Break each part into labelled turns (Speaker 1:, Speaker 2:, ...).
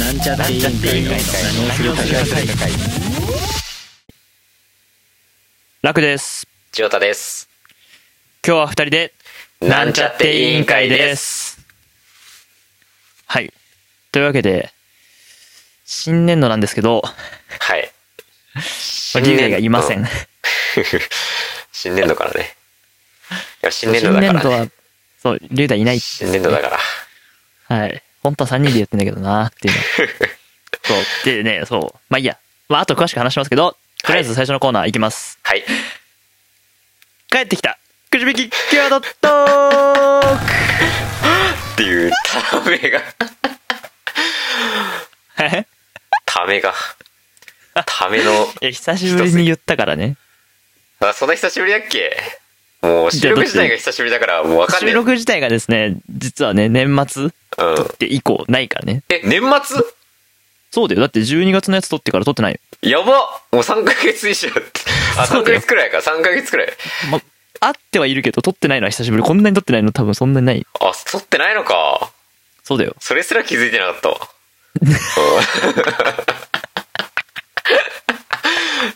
Speaker 1: なんちゃって委員会の何をするか
Speaker 2: 楽です
Speaker 3: 千代田です。
Speaker 2: 今日は二人で
Speaker 3: なんちゃって委員会です
Speaker 2: はいというわけで新年度なんですけど
Speaker 3: はい。
Speaker 2: 竜兵がいません
Speaker 3: 新年度からね。いや、新年度
Speaker 2: 新
Speaker 3: だか
Speaker 2: 年
Speaker 3: ら、
Speaker 2: 度は
Speaker 3: ね。
Speaker 2: そう竜太いない
Speaker 3: 新年度だから。
Speaker 2: はい本当は3人でやってんだけどなっていうのそうでねそうまあいいやまああと詳しく話しますけどとりあえず最初のコーナーいきます、
Speaker 3: はい。
Speaker 2: 帰ってきたくじ引きキワドットーク
Speaker 3: っていう、ためが、
Speaker 2: え
Speaker 3: ためが、ための、
Speaker 2: え久しぶりに言ったからね
Speaker 3: あ、そんな久しぶりだっけもう収録自体が久しぶりだから、もうわかんね
Speaker 2: 収
Speaker 3: え。
Speaker 2: 録自体がですね実はね年末
Speaker 3: うん。
Speaker 2: 撮って以降ないからね
Speaker 3: え、年末
Speaker 2: そうだよだって12月のやつ撮ってから撮ってないよ
Speaker 3: やばもう3ヶ月以上。あ、
Speaker 2: そう
Speaker 3: 3
Speaker 2: だ
Speaker 3: ヶ
Speaker 2: よ
Speaker 3: 月くらいか、3ヶ月くらい。
Speaker 2: まあってはいるけど撮ってないのは久しぶりこんなに撮ってないの多分そんなにない
Speaker 3: あ、撮ってないのか。
Speaker 2: そうだよ
Speaker 3: それすら気づいてなかったわ。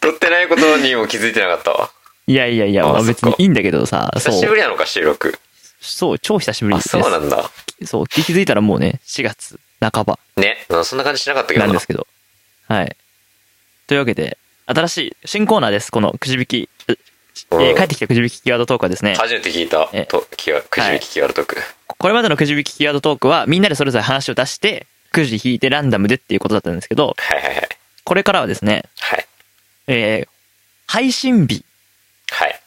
Speaker 3: 撮ってないことにも気づいてなかったわ。
Speaker 2: いやいやいや、
Speaker 3: あ
Speaker 2: まあ
Speaker 3: そっ
Speaker 2: 別
Speaker 3: か
Speaker 2: にいいんだけどさ
Speaker 3: 久
Speaker 2: そ
Speaker 3: しぶ
Speaker 2: う
Speaker 3: りなのか、収録。
Speaker 2: そう超久しぶり
Speaker 3: あ、
Speaker 2: です
Speaker 3: そうなんだ。
Speaker 2: そう気づいたらもうね4月半ば
Speaker 3: ね。うんそんな感じしなかったけど
Speaker 2: なん
Speaker 3: な
Speaker 2: ですけど。はい。というわけで、新しい新コーナーです。このくじ引き、え
Speaker 3: うん
Speaker 2: ー帰ってきたくじ引きキーワードトークはですね、
Speaker 3: 初めて聞いた
Speaker 2: え、
Speaker 3: と、きわ、くじ
Speaker 2: は
Speaker 3: 引
Speaker 2: い
Speaker 3: きワールドトーク。
Speaker 2: これまでのくじ引きキーワードトークはみんなでそれぞれ話を出して、くじ引いてランダムでっていうことだったんですけど、
Speaker 3: はいはいはい。
Speaker 2: これからはですね、
Speaker 3: はい。
Speaker 2: えー配信日
Speaker 3: はい。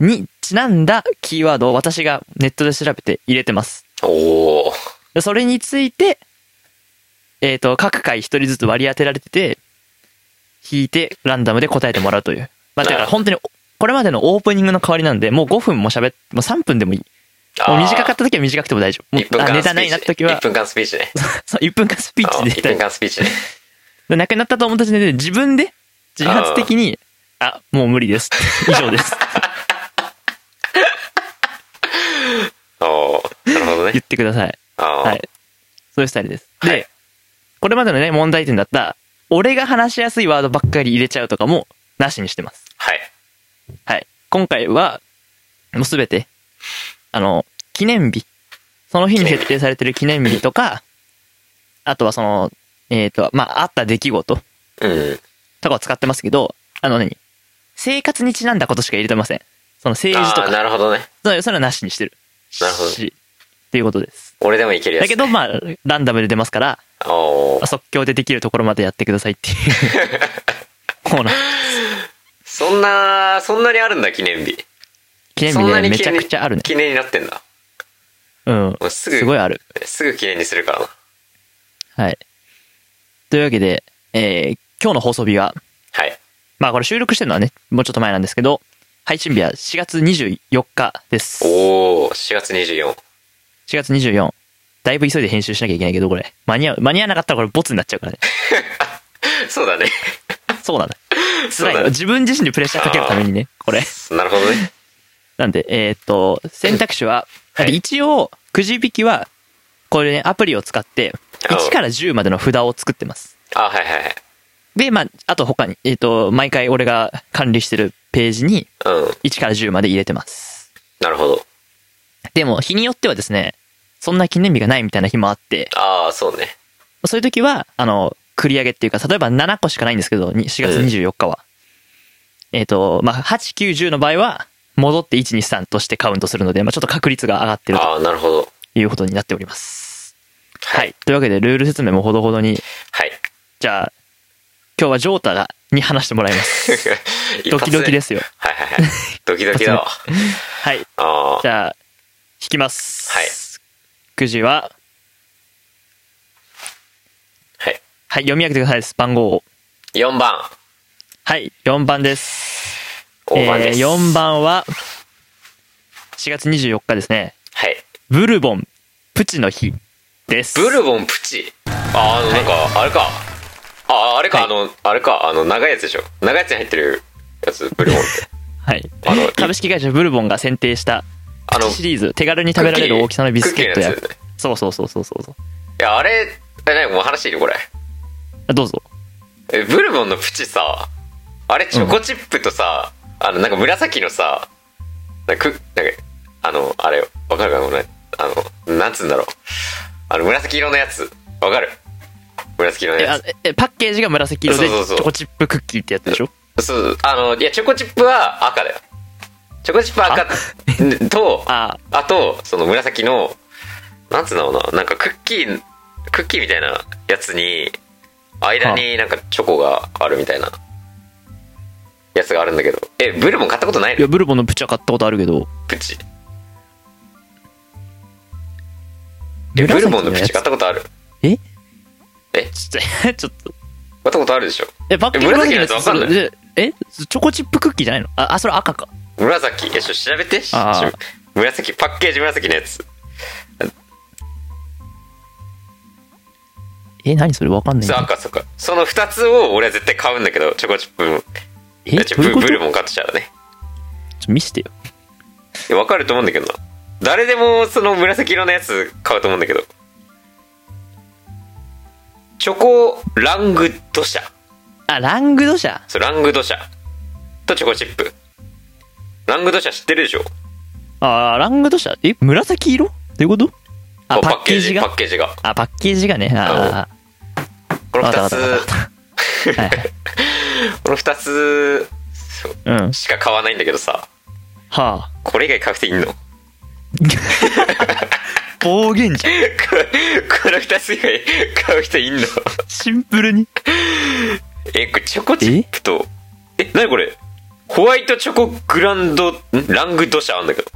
Speaker 2: にちなんだキーワードを私がネットで調べて入れてます。
Speaker 3: おー。
Speaker 2: でそれについて、えっ、と、各回一人ずつ割り当てられてて、引いてランダムで答えてもらうという。まあ、だから本当に、これまでのオープニングの代わりなんで、もう5分も喋っ、もう3分でもいい。もう短かった時は短くても大丈夫。もう
Speaker 3: 1分
Speaker 2: あ
Speaker 3: 間
Speaker 2: ネ
Speaker 3: スピ
Speaker 2: タないな
Speaker 3: ー
Speaker 2: って
Speaker 3: チ。
Speaker 2: 時は
Speaker 3: 1、分間スピーチね。
Speaker 2: そう1分間スピーチ
Speaker 3: 1
Speaker 2: で
Speaker 3: 分、間スピーチね。
Speaker 2: でなくなったと思った時点で自分で、自発的に、あ、もう無理です。以上 です。
Speaker 3: おー。なるほど
Speaker 2: 言
Speaker 3: ね
Speaker 2: っ。てください。
Speaker 3: あー
Speaker 2: はい。そういうスタイルです。で、
Speaker 3: はい
Speaker 2: これまでのね、問題点だった、俺が話しやすいワードばっかり入れちゃうとかも、なしにしてます。
Speaker 3: はい。
Speaker 2: はい。今回は、もうすべて、あの、記念日。その日に設定されてる記念日とか、あとはその、えっ、と、まあ、あった出来事
Speaker 3: うん。
Speaker 2: とかを使ってますけど、あの何生活にちなんだことしか入れてません。その政治と
Speaker 3: あー、
Speaker 2: か、
Speaker 3: なるほどね。
Speaker 2: そういうそれはなしにしてる。
Speaker 3: なるほど
Speaker 2: しっていうことです。
Speaker 3: 俺でもいけるやつ
Speaker 2: だ。けど、まあ、ランダムで出ますから、
Speaker 3: おー。
Speaker 2: 即興でできるところまでやってください っていうコーナー。
Speaker 3: そんな、そんなにあるんだ、記念日。
Speaker 2: 記念
Speaker 3: そん
Speaker 2: 日
Speaker 3: な
Speaker 2: ね、
Speaker 3: に
Speaker 2: め
Speaker 3: 記
Speaker 2: ちゃ
Speaker 3: 念
Speaker 2: くちゃあるね。
Speaker 3: 記念になってんだ。
Speaker 2: うん
Speaker 3: も。うすぐ
Speaker 2: すごいある。
Speaker 3: すぐ記念にするからな。
Speaker 2: はい。というわけで、えー今日の放送日は、
Speaker 3: はい。
Speaker 2: まあこれ収録してるのはね、もうちょっと前なんですけど、配信日は4月24日です。4
Speaker 3: おー、4月24。
Speaker 2: 月24。だいぶ急いで編集しなきゃいけないけど、これ。間に合う。間に合わなかったらこれボツになっちゃうからね。
Speaker 3: そうだね。
Speaker 2: そうなんだ。
Speaker 3: そう
Speaker 2: 辛い
Speaker 3: だ
Speaker 2: よ。
Speaker 3: ね
Speaker 2: 自分自身にプレッシャーかけるためにね、これ。
Speaker 3: なるほどね。
Speaker 2: なんで、えーっと、選択肢は、
Speaker 3: はい
Speaker 2: で一応、くじ引きは、これね、アプリを使って、
Speaker 3: あ
Speaker 2: 1から10までの札を作ってます。
Speaker 3: あ、はいはい
Speaker 2: で、まあ、あと他に、えーっと、毎回俺が管理してるページに、
Speaker 3: はい。うん。
Speaker 2: 1から10まで入れてます。
Speaker 3: なるほど。
Speaker 2: でも、日によってはですね、そんな記念日がないみたいな日もあって、
Speaker 3: ああ、そうね。
Speaker 2: そういう時は、あの、繰り上げっていうか、例えば7個しかないんですけど、に4月24日は。えーっと、まあ、8、9、10の場合は、戻って1、2、3としてカウントするので、まあ、ちょっと確率が上がってると
Speaker 3: ああ、なるほど。
Speaker 2: いうことになっております。
Speaker 3: は
Speaker 2: はいい。。というわけで、ルール説明もほどほどに、
Speaker 3: はい。。
Speaker 2: じゃあ、今日はジョータが、に話してもらいます。ドキドキですすよ。
Speaker 3: はいはいはい。ドキドキ だわ。
Speaker 2: はい。
Speaker 3: あ
Speaker 2: じゃあ、引きます。
Speaker 3: はい。
Speaker 2: くじは、
Speaker 3: はい。
Speaker 2: はい、読み上げてくださいです。番号を。
Speaker 3: あ。4番。
Speaker 2: はい、4番です。
Speaker 3: 5番です。
Speaker 2: えー4。番は、4月24日ですね。
Speaker 3: はい。
Speaker 2: ブルボン、プチの日です。
Speaker 3: ブルボンプチ。ああ、あの、なんか、あれか。ああ、あれか、
Speaker 2: はい
Speaker 3: あの、あれか、あの、長いやつでしょ。長いやつに入ってるやつ、ブルボ ンって。
Speaker 2: はい
Speaker 3: あの。
Speaker 2: 株式会社ブルボンが選定した、
Speaker 3: あ
Speaker 2: プ
Speaker 3: の
Speaker 2: チシリーズ、手軽に食べられる大きさのビスケットや
Speaker 3: クッキーのやつだよね。
Speaker 2: そうそうそうそうそう。
Speaker 3: いや、あれ、え、なにもう話していいのこれ。
Speaker 2: あどうぞ。
Speaker 3: えブルボンのプチさあれチョコチップとさ、あのなんか紫のさなんかくなんかあのあれわかるかなこれあのなんつうんだろうあの紫色のやつわかる紫色の
Speaker 2: え
Speaker 3: や
Speaker 2: あ
Speaker 3: つ
Speaker 2: えパッケージが紫色で、チ
Speaker 3: そうそうそう
Speaker 2: ョコチップクッキーってやつでしょ
Speaker 3: そうあのいやチョコチップは赤だよチョコチップは赤と
Speaker 2: あ
Speaker 3: あとその紫のなんつうんだろうななんかクッキークッキーみたいなやつに間になんかチョコがあるみたいなやつがあるんだけどえブルボン買ったことない
Speaker 2: い
Speaker 3: の
Speaker 2: や、ブルボンのプチは買ったことあるけど、
Speaker 3: プチえブルボンのプチ買ったことある
Speaker 2: ちょっと、 ちょっと、
Speaker 3: 買ったことあるでしょ
Speaker 2: え、パッケージ
Speaker 3: え紫のやつわかんない
Speaker 2: でえチョコチップクッキーじゃないのあ、あそれ赤か。
Speaker 3: 紫えちょ調べてし
Speaker 2: あー
Speaker 3: し紫パッケージ紫のやつ
Speaker 2: え、何それわかんない
Speaker 3: そう
Speaker 2: な。
Speaker 3: 赤そうかその2つを俺は絶対買うんだけどチョコチップも
Speaker 2: え、
Speaker 3: えちょ
Speaker 2: どういう
Speaker 3: ブ
Speaker 2: こと
Speaker 3: ブ
Speaker 2: ち
Speaker 3: ル
Speaker 2: ょっ
Speaker 3: ボン買ってちゃうね
Speaker 2: と見せてよ。
Speaker 3: いやわかると思うんだけどな誰でもその紫色のやつ買うと思うんだけどチョコラングドシャ
Speaker 2: あ、ラングド社
Speaker 3: そうラングドシャとチョコチップラングドシャ知ってるでしょ
Speaker 2: あーラングド社え、紫色どういうことあ、
Speaker 3: そう
Speaker 2: パッケージ
Speaker 3: パッ
Speaker 2: が。
Speaker 3: ケージが
Speaker 2: あ、パッケージがね。あー、
Speaker 3: この
Speaker 2: わか
Speaker 3: 2
Speaker 2: ったわかった
Speaker 3: つ
Speaker 2: わかった。はい。
Speaker 3: この2つそう
Speaker 2: うん。
Speaker 3: しか買わないんだけどさ
Speaker 2: はあ。
Speaker 3: これ以外買う人いんのこ
Speaker 2: 暴言じゃん。
Speaker 3: この2つ以外買う人いんの
Speaker 2: シンプルに。
Speaker 3: えこれチョコチップとえな何これホワイトチョコグランドんラングドシャあんだけど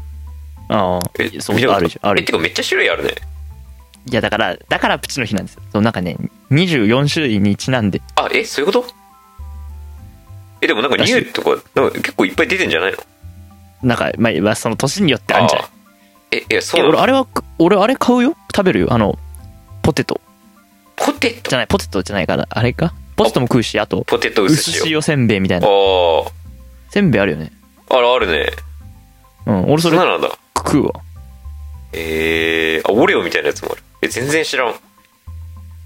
Speaker 2: ああ。そう、
Speaker 3: 見たこと
Speaker 2: あるじゃん。あ
Speaker 3: え
Speaker 2: る
Speaker 3: てかめっちゃ種類あるね
Speaker 2: いや、だから、だからプチの日なんですよ。そのなんかね、24種類にちなんで。
Speaker 3: あえそういうことえでもなんかニューとかなんか結構いっぱい出てんじゃないの
Speaker 2: なんか、まあまあ、その年によってあるんじゃない
Speaker 3: あえいやそ
Speaker 2: いうや、俺、
Speaker 3: なの
Speaker 2: あれは、俺、あれ買うよ食べるよ。あの、ポテト。
Speaker 3: ポテト
Speaker 2: じゃない、ポテトじゃないから、あれかポテトも食うし、あと、
Speaker 3: ポテト
Speaker 2: 薄
Speaker 3: 薄塩
Speaker 2: 塩せんべいみたい
Speaker 3: あ
Speaker 2: な。せんべいあるよね。
Speaker 3: ああらあるね
Speaker 2: うん、俺そ
Speaker 3: そん
Speaker 2: れ
Speaker 3: なのなんだ
Speaker 2: 食うわ。
Speaker 3: えー、あオレオみたいなやつもあるえ全然知らん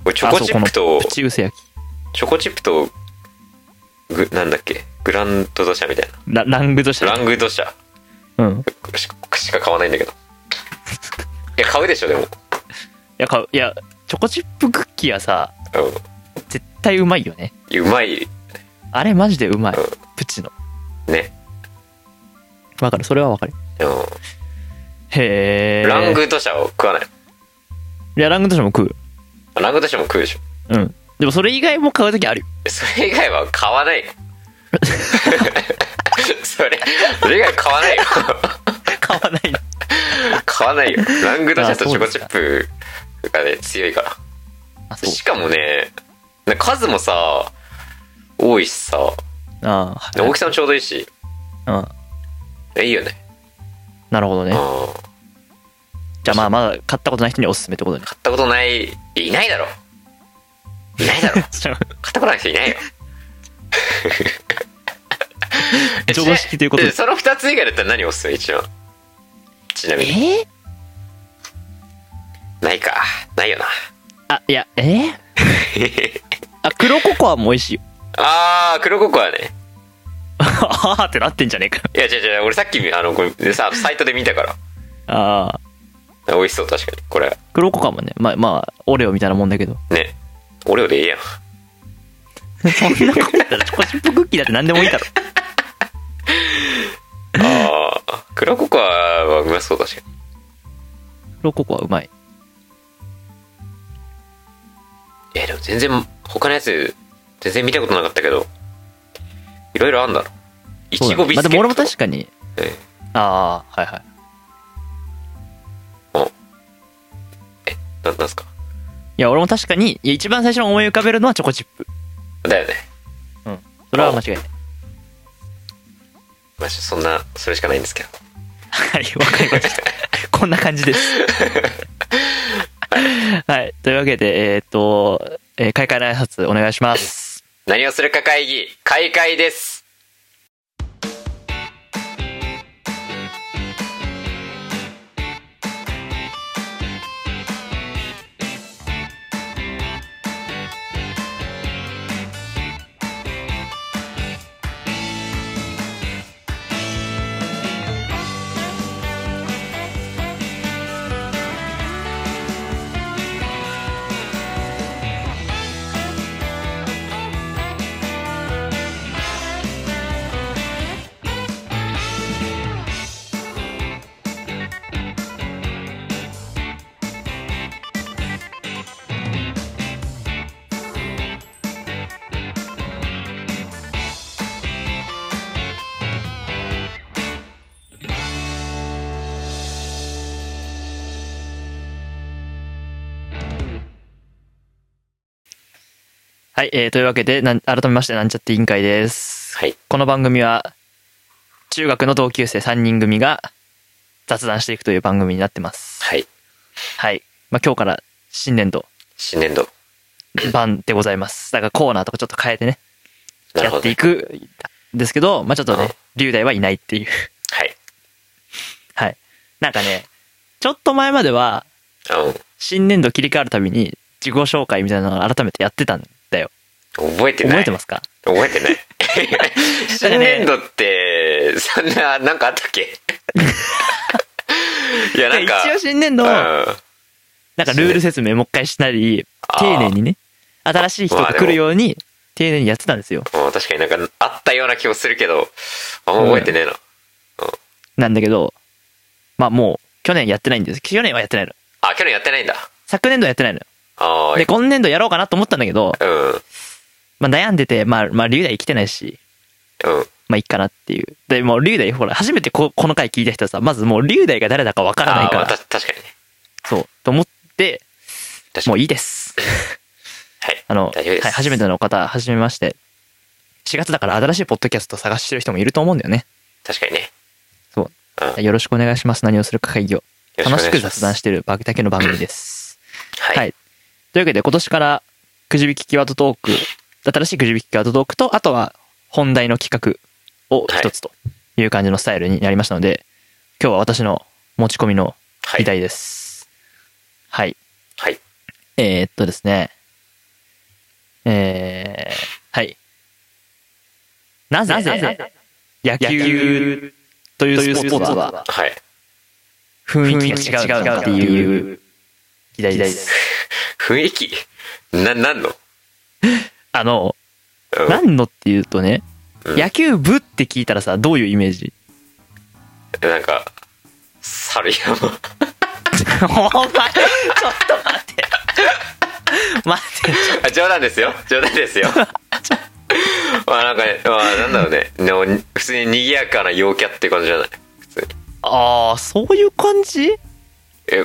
Speaker 3: 俺チョコチップ
Speaker 2: あそう
Speaker 3: と
Speaker 2: このプチ薄焼き。
Speaker 3: チョコチップとぐなんだっけグランドドシャみたいな
Speaker 2: ララングとして
Speaker 3: ラングドシャ
Speaker 2: うん。い
Speaker 3: ししか買わないんだけどいや買うでしょでも
Speaker 2: や、買う。いや、チョコチップクッキーはさ、
Speaker 3: うん
Speaker 2: 絶対うまいよね。
Speaker 3: いやうまい
Speaker 2: あれマジでうまい
Speaker 3: うん。
Speaker 2: プチの。
Speaker 3: ね
Speaker 2: わかる、それはわかる。
Speaker 3: うん
Speaker 2: へえ。
Speaker 3: ラングドシャを食わない
Speaker 2: いや、ラングとしても食う。
Speaker 3: ラングドシャも食うでしょ
Speaker 2: うん。でもそれ以外も買うときあ るよ。
Speaker 3: それ以外は買 わないそれそれ以外買わないよ
Speaker 2: 買わないの。
Speaker 3: 買わないよラングドシャとチョコチップがね強いか
Speaker 2: あ、そ
Speaker 3: ら
Speaker 2: う。
Speaker 3: しかもねなんか数もさ多いしさ
Speaker 2: あ
Speaker 3: で大きさもちょうどいいし
Speaker 2: あ。うん。
Speaker 3: いいよね
Speaker 2: なるほど
Speaker 3: うん
Speaker 2: ね。
Speaker 3: 買
Speaker 2: じゃあまあまだ買ったことない人におすすめってことね。
Speaker 3: ったことないいやいないだろい ないだろ買ったことない人いないよ
Speaker 2: 常識ということ
Speaker 3: で
Speaker 2: で。
Speaker 3: その2つ以外だったら何をおすすめ一応ちなみに
Speaker 2: えー
Speaker 3: ないかないよな
Speaker 2: あ、いや、えーあ、黒ココアも美味しいよ。
Speaker 3: あー黒ココアね
Speaker 2: ああってなってんじゃねえか。
Speaker 3: いや違う違う俺さっきあのこれさサイトで見たから
Speaker 2: ああ。
Speaker 3: 美味しそう確かにこれ
Speaker 2: 黒ココアもね、まあまあ、オレオみたいなもんだけど。
Speaker 3: ねオレオで いいやん
Speaker 2: そんなこと言ったらチョコチップクッキーだって何でもいいだろ。
Speaker 3: あー黒ココアはうまそう確かに
Speaker 2: 黒ココアうまい。
Speaker 3: いやでも全然他のやつ全然見たことなかったけどいろいろあんだろい
Speaker 2: そうだ
Speaker 3: ち
Speaker 2: ね
Speaker 3: ごビ
Speaker 2: まあ
Speaker 3: スケ
Speaker 2: で
Speaker 3: ット
Speaker 2: も俺も確かに。
Speaker 3: え
Speaker 2: ああ、はいはい。
Speaker 3: えななんすか
Speaker 2: いや、俺も確かに、いや一番最初に思い浮かべるのはチョコチップ。
Speaker 3: だよね
Speaker 2: うん。それは間違いない。
Speaker 3: まあちょそんなそれしかないんですけど
Speaker 2: はい、わかりま した。こんな感じです。はい、というわけで、えーっと、えー、開会の挨拶お願いします。
Speaker 3: 何をするか会議開会です
Speaker 2: はい、えー、というわけで、なん改めまして、なんちゃって委員会です。
Speaker 3: はい
Speaker 2: この番組は、中学の同級生3人組が雑談していくという番組になってます。
Speaker 3: はい
Speaker 2: はい。まあ、今日から新年度
Speaker 3: 新年度
Speaker 2: 版でございます。だからコーナーとかちょっと変えてね、
Speaker 3: なる
Speaker 2: や
Speaker 3: ほ
Speaker 2: っ
Speaker 3: ど
Speaker 2: て
Speaker 3: ね
Speaker 2: いくんですけど、まあ、ちょっと
Speaker 3: うん
Speaker 2: ね、龍大はいないっていう。
Speaker 3: はい
Speaker 2: はい。なんかね、ちょっと前までは、新年度切り替わるたびに自己紹介みたいなのを改めてやってたんだよ。
Speaker 3: うん覚えてな
Speaker 2: 覚
Speaker 3: い
Speaker 2: えてますか
Speaker 3: 覚えて ない新年度ってそんななんかあったっ けいやなんか
Speaker 2: 一応新年度、なん
Speaker 3: う
Speaker 2: か
Speaker 3: ん
Speaker 2: ルール説明もう一回したり、丁寧にね、新しい人が来るように、丁寧にやってたんですよ。
Speaker 3: うん確かになんかあったような気もするけどあんま覚えてねえな、
Speaker 2: なんだけど、まあもう、去年やってないんです。去年はやってないの。
Speaker 3: あ去年やってないんだ
Speaker 2: 昨年度はやってないのよ。
Speaker 3: ああ
Speaker 2: で、今年度やろうかなと思ったんだけど、
Speaker 3: うん
Speaker 2: まあ悩んでて、まあ、まあ、龍大生きてないし、
Speaker 3: うん
Speaker 2: まあいいかなっていう。で、もう龍大、ほら、初めてここの回聞いた人はさ、まずもう龍大が誰だかわからない
Speaker 3: あー
Speaker 2: か
Speaker 3: まあ
Speaker 2: ら
Speaker 3: た、確かにね
Speaker 2: そう、と思って、
Speaker 3: 確かに
Speaker 2: もういいです。
Speaker 3: はい
Speaker 2: あの、はい、
Speaker 3: 大丈夫です
Speaker 2: 初めての方、はじめまして。4月だから新しいポッドキャスト探してる人もいると思うんだよね。
Speaker 3: 確かにね
Speaker 2: そう
Speaker 3: うん
Speaker 2: よろしくお願いします。何をするか会議を。
Speaker 3: よろしくお願いしま
Speaker 2: 楽
Speaker 3: す
Speaker 2: しく雑談してるバグだけの番組です。
Speaker 3: はい、
Speaker 2: はいというわけで、今年からくじ引きキーワードトーク、新しいくじ引きキーワードトークと、あとは本題の企画を一つという感じのスタイルになりましたので、今日は私の持ち込みの
Speaker 3: はい
Speaker 2: 議題です。はい
Speaker 3: はい
Speaker 2: えー、っとですね。えー、はい。なぜ、野球というスポーツは
Speaker 3: はい
Speaker 2: 雰囲気が違うのかっていう議題です。
Speaker 3: 雰囲気ななんの、
Speaker 2: あの、
Speaker 3: うん、
Speaker 2: 何のっていうとね、
Speaker 3: うん
Speaker 2: 野球部って聞いたらさ、どういうイメージ
Speaker 3: なんか猿山
Speaker 2: お 前、ちょっと待って。 待って。
Speaker 3: あ冗談ですよ冗談で すよ まあなんかね、まあ、なんだろうねでも普通に賑やかな陽キャって感じじゃない普通に
Speaker 2: ああ、そういう感じい
Speaker 3: え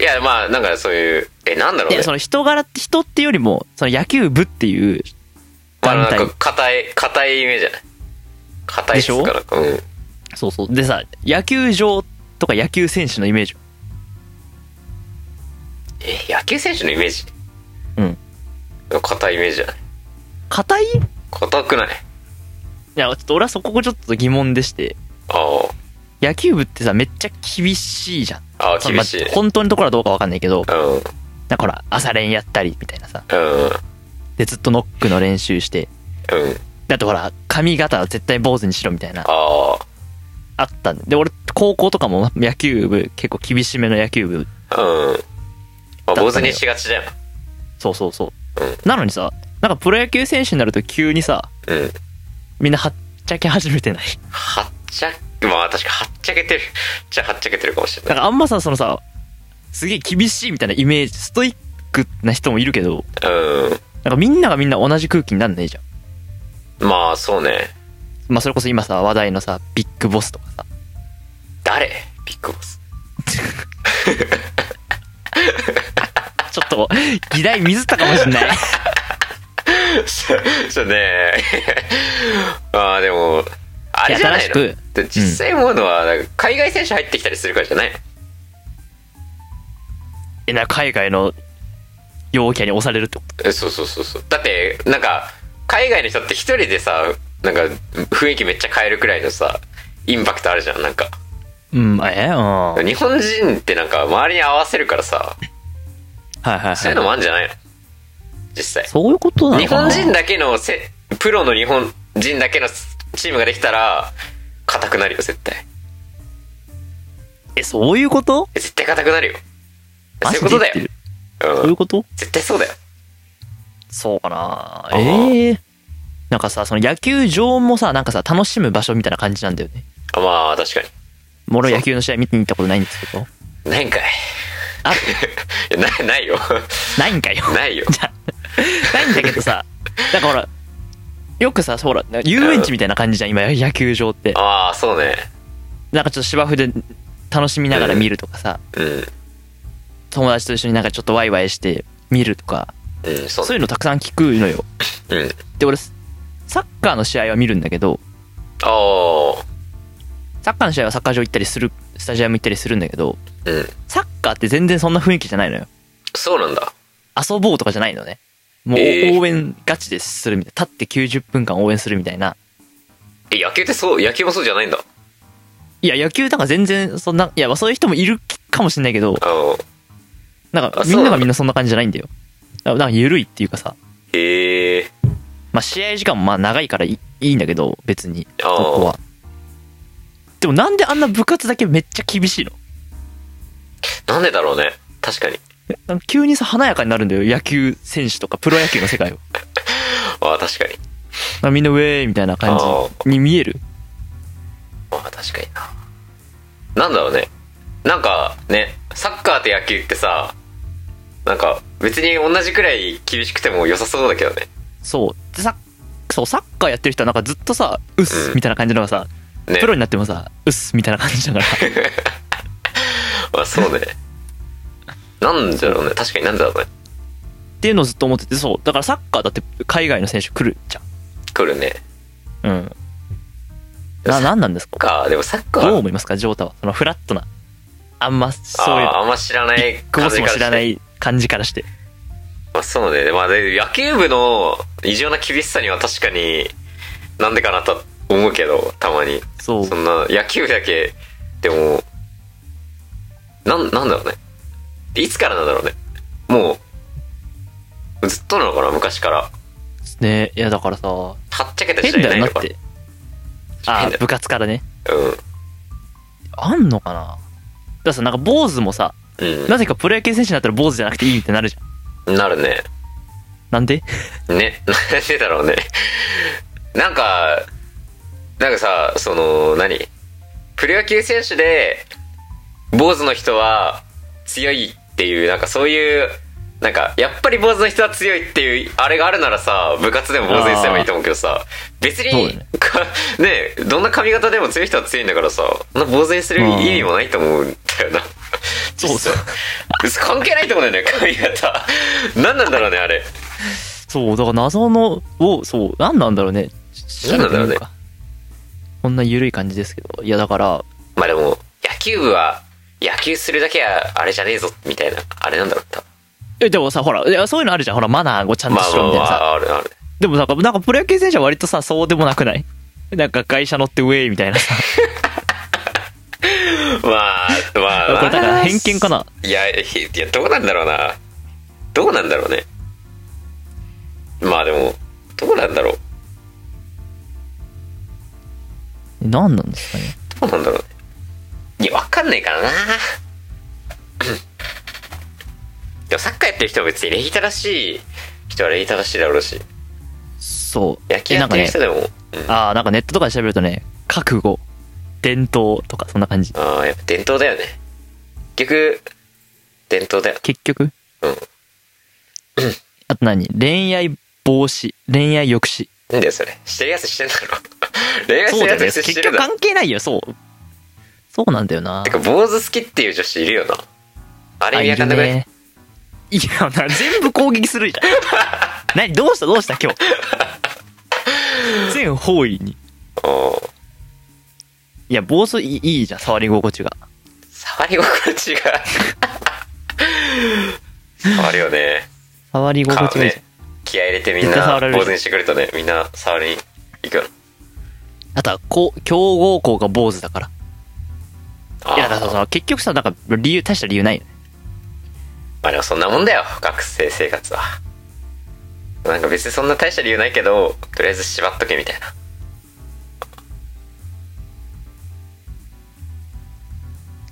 Speaker 3: いやまあなんかそういうえなんだろうね
Speaker 2: や、その人柄って、人ってよりも、その野球部っていう
Speaker 3: まあ
Speaker 2: 団
Speaker 3: なん
Speaker 2: 体
Speaker 3: か硬い硬いイメージじゃない硬いっすかなんかうん
Speaker 2: そうそう。でさ、野球場とか野球選手のイメージ。
Speaker 3: え野球選手のイメージ
Speaker 2: うん
Speaker 3: 硬いイメージじゃない
Speaker 2: 硬いい
Speaker 3: 硬くない
Speaker 2: や、ちょっと俺はそこがちょっと疑問でして、
Speaker 3: あ
Speaker 2: 野球部ってさ、めっちゃ厳しいじゃん。
Speaker 3: あああ
Speaker 2: その
Speaker 3: 厳しい
Speaker 2: まあ本当のところはどうかわかんないけど、
Speaker 3: うんうん
Speaker 2: なんかほら、朝練やったりみたいなさ。
Speaker 3: うん
Speaker 2: で、ずっとノックの練習して。だってほら、髪型は絶対坊主にしろみたいな、
Speaker 3: あ
Speaker 2: あったんで。で、俺、高校とかも野球部、結構厳しめの野球部。
Speaker 3: あうんまあ
Speaker 2: だ
Speaker 3: 坊主にしがちだよ
Speaker 2: そうそうそう。なのにさ、なんかプロ野球選手になると急にさ、
Speaker 3: うん
Speaker 2: みんなはっちゃけ始めてない。
Speaker 3: はっちゃまあ確かはっちゃけてるじゃはっちゃけてるかもしれ
Speaker 2: だ
Speaker 3: ない
Speaker 2: からあんまさ、そのさ、すげえ厳しいみたいなイメージ、ストイックな人もいるけど、
Speaker 3: う
Speaker 2: なんかみんながみんな同じ空気になんねえじゃん。
Speaker 3: んまあそうね
Speaker 2: まあそれこそ今さ、話題のさ、ビッグボスとかさ。
Speaker 3: 誰ビッグボス
Speaker 2: ちょっと、議題水ったかもしんない。
Speaker 3: そうね ああでもあれじゃないい
Speaker 2: や
Speaker 3: の
Speaker 2: 正し
Speaker 3: で実際思うのは、なんか海外選手入ってきたりするからじゃない
Speaker 2: え、な、海外の陽キャに押されるってこと
Speaker 3: えそうそうそうそうだってなんか海外の人って一人でさなんか雰囲気めっちゃ変えるくらいのさインパクトあるじゃんなんか
Speaker 2: うん、えうん。はい
Speaker 3: 日本人ってなんか周りに合わせるからさ
Speaker 2: はいはい。
Speaker 3: そういうのもあるんじゃないの実際
Speaker 2: そういうことなの
Speaker 3: 日
Speaker 2: か
Speaker 3: 本
Speaker 2: な
Speaker 3: 人だけのせプロの日本人だけのチームができたら硬くなるよ絶対
Speaker 2: え、そういうこと
Speaker 3: え絶対硬くなるよそ
Speaker 2: マ
Speaker 3: ういう
Speaker 2: ジ
Speaker 3: こ
Speaker 2: で
Speaker 3: と
Speaker 2: 言って
Speaker 3: だよ
Speaker 2: る。
Speaker 3: う
Speaker 2: そうんいうこと
Speaker 3: 絶対そうだよ
Speaker 2: そうかな
Speaker 3: あ
Speaker 2: え
Speaker 3: ー
Speaker 2: えなんかさ、その野球場もさ、なんかさ、楽しむ場所みたいな感じなんだよね。
Speaker 3: あまあ確か
Speaker 2: もろ野球の試合見てに行ったことないんですけど。
Speaker 3: にないんかい
Speaker 2: あ、
Speaker 3: いやないないよ
Speaker 2: ないんかよ。
Speaker 3: ないよ
Speaker 2: ないんだけどさ、なんかほら、よくさ、ほら、遊園地みたいな感じじゃん、今、野球場って。
Speaker 3: ああそうね
Speaker 2: なんかちょっと芝生で楽しみながら見るとかさ、
Speaker 3: うん
Speaker 2: 友達と一緒になんかちょっとワイワイして見るとか、
Speaker 3: うん、そう
Speaker 2: そういうのたくさん聞くのよ。
Speaker 3: うん。
Speaker 2: で、俺、サッカーの試合は見るんだけど、
Speaker 3: ああ、
Speaker 2: サッカーの試合はサッカー場行ったりする、スタジアム行ったりするんだけど、
Speaker 3: うん。
Speaker 2: サッカーって全然そんな雰囲気じゃないのよ。
Speaker 3: そうなんだ。
Speaker 2: 遊ぼうとかじゃないのね。もう
Speaker 3: えー
Speaker 2: 応援ガチでするみたいな。立って90分間応援するみたいな。
Speaker 3: え、野球ってそう、野球もそうじゃないんだ。
Speaker 2: いや、野球なんか全然そんな、いや、まあそういう人もいるかもしんないけど、
Speaker 3: あの、
Speaker 2: なんか
Speaker 3: あそ
Speaker 2: み
Speaker 3: うなんん
Speaker 2: な
Speaker 3: だ
Speaker 2: がみんなそんな感じじゃないんだよ。だからなんか緩いっていうかさ、
Speaker 3: ええ
Speaker 2: まあ試合時間もまあ長いからいいいいんだけど、別に、
Speaker 3: あー
Speaker 2: ここは。でもなんであんな部活だけめっちゃ厳しいの
Speaker 3: なんでだろうね。確かに。
Speaker 2: なんか急にさ、華やかになるんだよ。野球選手とかプロ野球の世界を。
Speaker 3: ああ、確かに。
Speaker 2: なんかみんなウェーイみたいな感じに見える。
Speaker 3: まあ確かにななんだろうねなんかねサッカーと野球ってさなんか別に同じくらい厳しくても良さそうだけどね
Speaker 2: そう。で、サッそう、サッカーやってる人はなんかずっとさ、うっす、
Speaker 3: うん
Speaker 2: みたいな感じのがさ、
Speaker 3: ね
Speaker 2: プロになってもさ、うっす、みたいな感じだから。
Speaker 3: まあそうね なんだろうね確かになんだろうね
Speaker 2: っていうのをずっと思ってて、そう。だからサッカーだって海外の選手来るじ
Speaker 3: 来るね
Speaker 2: ゃん。うん。な、なんなんですか
Speaker 3: かでもサッカー
Speaker 2: どう思いますかジョータは。そのフラットな。あんま、そういう
Speaker 3: あ、ーあんま知らない
Speaker 2: クボ
Speaker 3: 感
Speaker 2: ス
Speaker 3: じ
Speaker 2: も
Speaker 3: が
Speaker 2: 知ら
Speaker 3: し
Speaker 2: な
Speaker 3: て
Speaker 2: い感じからして。
Speaker 3: まあそうねまあで野球部の異常な厳しさには確かになんでかなと思うけどたまに
Speaker 2: そう。
Speaker 3: そんな野球部だけでもなんなんだろうねいつからなんだろうねもうずっとなのかな昔から
Speaker 2: ねいや、だからさ、
Speaker 3: はっちゃけた時
Speaker 2: 変
Speaker 3: 代な
Speaker 2: だよ
Speaker 3: いの
Speaker 2: なっ
Speaker 3: か
Speaker 2: て。あ
Speaker 3: 変だ
Speaker 2: ー、
Speaker 3: よ
Speaker 2: 部活からね。
Speaker 3: う
Speaker 2: あんのかなだからさ、なんか坊主もさ、
Speaker 3: ん
Speaker 2: なぜかプロ野球選手になったら坊主じゃなくていいってなるじゃん。
Speaker 3: うんなるね
Speaker 2: なんで
Speaker 3: ね なんでだろうねなんかなんかさその何プロ野球選手で坊主の人は強いっていうなんかそういうなんかやっぱり坊主の人は強いっていうあれがあるならさ部活でも坊主にすればいいと思うけどさ別
Speaker 2: そう
Speaker 3: に
Speaker 2: だね
Speaker 3: か ねどんな髪型でも強い人は強いんだからさそんな坊主にする意味もないと思うんだよな
Speaker 2: そう そう
Speaker 3: 関係ないと思うんだよね髪型何なんだろうねあれ
Speaker 2: そう、だから謎のを、そう、なんなんだろうね。
Speaker 3: なんなんだろ
Speaker 2: 調べて
Speaker 3: うね
Speaker 2: みよか。こんな緩い感じですけど。いや、だから、
Speaker 3: まあでも、野球部は、野球するだけはあれじゃねえぞ、みたいな、あれなんだろう、多分
Speaker 2: え、でもさ、ほら、いやそういうのあるじゃん。ほら、マナーをちゃんと
Speaker 3: まあ
Speaker 2: し
Speaker 3: ま
Speaker 2: ろ
Speaker 3: あ
Speaker 2: み
Speaker 3: ま
Speaker 2: たいなさ。
Speaker 3: あ、あるある。
Speaker 2: でもなんか、なんかプロ野球選手は割とさ、そうでもなくない なんか会社乗ってウェイみたいなさ。
Speaker 3: まあ、まあ、
Speaker 2: これだから偏見か
Speaker 3: な。
Speaker 2: ない
Speaker 3: や、いや、どうなんだろうな。どうなんだろうね。まあでも、どうなんだろう。
Speaker 2: 何なんですかね。
Speaker 3: どうなんだろうね。いや、わかんないからな。 でもサッカーやってる人は別に礼儀正しい人は礼儀正しいだろうし、
Speaker 2: そう。
Speaker 3: 野球
Speaker 2: え
Speaker 3: や
Speaker 2: な
Speaker 3: っ
Speaker 2: んか
Speaker 3: てる
Speaker 2: ね
Speaker 3: 人、でも、
Speaker 2: ああ、なんかネットとかで調べるとね、覚悟、伝統とかそんな感じ。
Speaker 3: ああ、やっぱ伝統だよね。結局、伝統だよ。
Speaker 2: 結局
Speaker 3: うん。
Speaker 2: あと何恋愛防止、恋愛抑止。
Speaker 3: なんだよそれしてるやつしてんだろ 恋愛し
Speaker 2: そう
Speaker 3: て
Speaker 2: だ
Speaker 3: る
Speaker 2: ね。
Speaker 3: やつし
Speaker 2: 結
Speaker 3: てる
Speaker 2: 局
Speaker 3: だろ
Speaker 2: 関係ないよ、そう。そうなんだよな
Speaker 3: て。か坊主好きっていう女子いるよなあれ意味わかんなくない
Speaker 2: ね。いや、な全部攻撃するじゃん。 何どうしたどうした今日。全方位に。
Speaker 3: おー
Speaker 2: いや、暴走いいいいじゃん、触り心地が。
Speaker 3: 触り心地が 触るよね
Speaker 2: 触り心
Speaker 3: 顔
Speaker 2: 地がいいじゃん。
Speaker 3: ね気合い入れてみん
Speaker 2: 絶対触
Speaker 3: な
Speaker 2: られる
Speaker 3: 坊主にしてくるとねみんな触りに行くよ
Speaker 2: あとは、こう、強豪校が坊主だから。
Speaker 3: あー
Speaker 2: いや、だからさ、結局さ、なんか、理由、大した理由ないよね。
Speaker 3: まあでもそんなもんだよ学生生活はなんか別にそんな大した理由ないけどとりあえず縛っとけみたいな
Speaker 2: は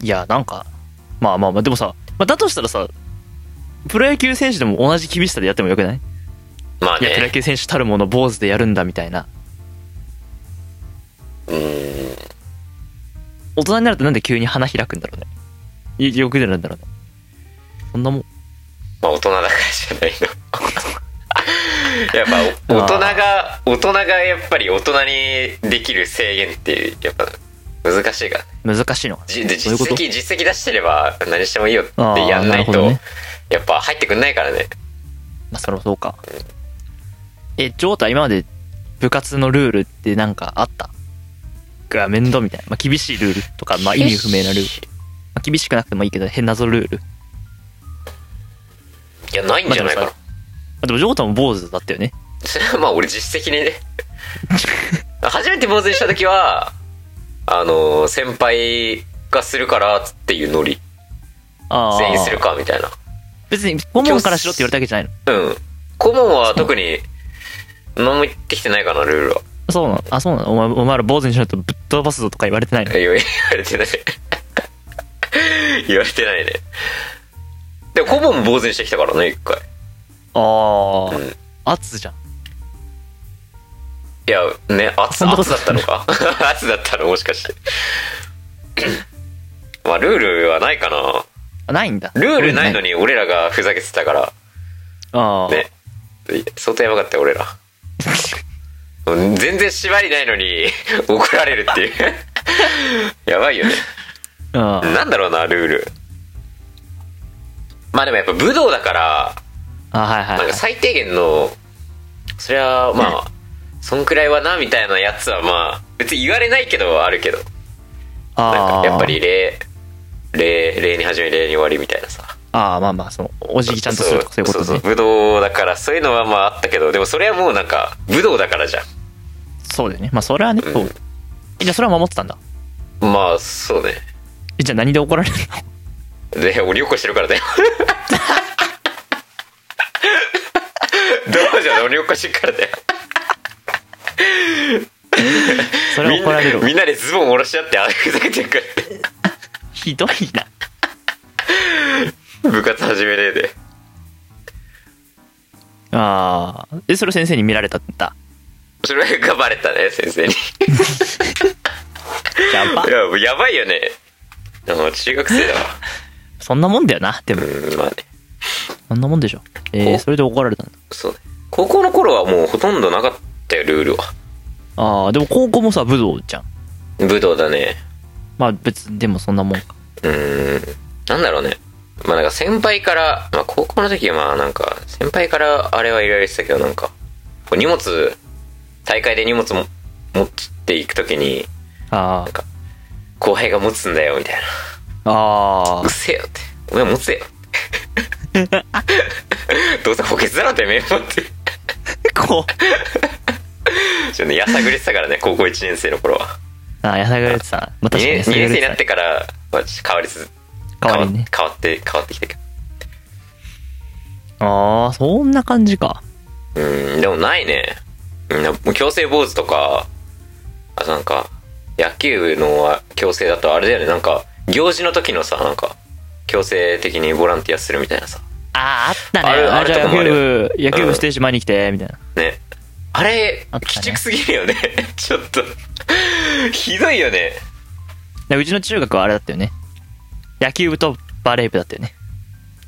Speaker 2: いや、なんか、まあまあまあ、でもさ、まあ、だとしたらさ、プロ野球選手でも同じ厳しさでやってもよくない
Speaker 3: まあ
Speaker 2: いや、プロ野
Speaker 3: ね
Speaker 2: 球選手たるもの坊主でやるんだみたいな。
Speaker 3: うーん
Speaker 2: 大人になるとなんで急に花開くんだろうね。いよく出るんだろうね。そんなもん。
Speaker 3: まあ大人だからじゃないの やっぱお大人が大人がやっぱり大人にできる制限っていうやっぱ難しいからね
Speaker 2: 難しいのかな
Speaker 3: じで
Speaker 2: そ
Speaker 3: 実
Speaker 2: ういうこと
Speaker 3: 績実績出してれば何してもいいよってやんない
Speaker 2: あーなるほど
Speaker 3: と
Speaker 2: ね
Speaker 3: やっぱ入ってくんないからね
Speaker 2: まあ、それもそうか。え、ジョータ今まで部活のルールってなんかあったが面倒みたいな。まあ、厳しいルールとか、まあ、意味不明なルール。まあ、厳しくなくてもいいけど、変な謎ルール。
Speaker 3: いやないんじゃないかな
Speaker 2: まあ、でもジョータも坊主だったよね。
Speaker 3: それは まあ俺実績にね初めて坊主にした時はあの先輩がするからっていうノリ
Speaker 2: ああ。
Speaker 3: 全員するかみたいな
Speaker 2: 別に、顧問からしろって言われたわけじゃないの。
Speaker 3: うん顧問は特に何も言ってきてないかなルールは
Speaker 2: そうなのあ、そうなのお前、お前ら坊主にしろとぶっ飛ばすぞとか言われてないの。
Speaker 3: 言われてない 言われてないねでも顧問も坊主にしてきたからね一回
Speaker 2: あ
Speaker 3: うん
Speaker 2: あ。圧じゃん。
Speaker 3: いやね圧
Speaker 2: そんなこ
Speaker 3: 圧
Speaker 2: と
Speaker 3: だったのか 圧だったのもしかして まあルールはないかな
Speaker 2: あないんだ。
Speaker 3: ルールないのに俺らがふざけてたから
Speaker 2: ああ。
Speaker 3: ね相当やばかったよ俺ら 全然縛りないのに 怒られるっていう やばいよね
Speaker 2: あー
Speaker 3: なんだろうなルールまあでもやっぱ武道だから
Speaker 2: あ、はいはい
Speaker 3: なん
Speaker 2: はい
Speaker 3: か。最低限のそり ゃまあそんくらいはなみたいなやつはまあ別に言われないけどあるけどな
Speaker 2: ああ。
Speaker 3: んかやっぱり。礼礼礼に始め礼に終わりみたいなさ
Speaker 2: ああ、まあまあ、その、おじぎちゃんとするとかそういうことね。
Speaker 3: そうそう武道だからそういうのはまああったけどでもそれはもうなんか武道だからじゃん
Speaker 2: そうだよね。まあ、それはね、そうう。えじゃあ、それは守ってたんだ。
Speaker 3: まあそうね
Speaker 2: えじゃあ、何で怒ら れるの
Speaker 3: で鬼ごっこして るからだよ道場で鬼ごっこしてるからだよ
Speaker 2: それは怒られる
Speaker 3: みん
Speaker 2: わ
Speaker 3: な。みんなでズボン下ろし合ってあふざけてるから
Speaker 2: ひどいな。
Speaker 3: 部活始めねえで
Speaker 2: ああ。で、それを先生に見られたんだ。
Speaker 3: それがバレたね先生に
Speaker 2: やば
Speaker 3: い。やもうやばいよねあの中学生だわ
Speaker 2: そんなもんだよな。でも、
Speaker 3: うんまあね
Speaker 2: そんなもんでしょ。えー、
Speaker 3: お
Speaker 2: それで怒られたんだ。
Speaker 3: そうね高校の頃はもうほとんどなかったよルールは
Speaker 2: ああ、でも高校もさ、武道じゃん。
Speaker 3: 武道だね
Speaker 2: まあ、別に、でもそんなもんか。
Speaker 3: うーんなんだろうねまあなんか先輩から、まあ、高校の時はまあなんか先輩からあれはいろいろしてたけどなんかこう荷物大会で荷物も持っていく時に
Speaker 2: あ
Speaker 3: なんか後輩が持つんだよみたい
Speaker 2: あ。
Speaker 3: な
Speaker 2: ああ
Speaker 3: うっ。せえよってお前持つよ どうせ補欠だろてめえ持って
Speaker 2: こう。
Speaker 3: ちょっとねやさぐれてたからね高校1年生の頃は
Speaker 2: ああ、やさぐれてた。まあ、確
Speaker 3: 2
Speaker 2: かに
Speaker 3: 年
Speaker 2: やさぐれ
Speaker 3: 生
Speaker 2: て
Speaker 3: に
Speaker 2: た
Speaker 3: なってから、まあ、変わりつつ
Speaker 2: 代わりにね。
Speaker 3: 変わって変わってきたけど
Speaker 2: ああ、そんな感じか。
Speaker 3: うん、でもないね。みんな、もう強制坊主とか、あとなんか、野球のは強制だとあれだよね、なんか、行事の時のさ、なんか、強制的にボランティアするみたいなさ。
Speaker 2: ああ、あったね。
Speaker 3: あるある
Speaker 2: じゃ
Speaker 3: と
Speaker 2: あ
Speaker 3: こ
Speaker 2: 野
Speaker 3: もあ
Speaker 2: 球
Speaker 3: るよ
Speaker 2: 部、野球
Speaker 3: う
Speaker 2: 部
Speaker 3: ん
Speaker 2: ステージ前に来て、みたいな。
Speaker 3: ね。あれ、
Speaker 2: あったね
Speaker 3: 鬼畜すぎるよね。 ちょっと、ひどいよね。
Speaker 2: でうちの中学はあれだったよね。野球部とバレー部だったよね。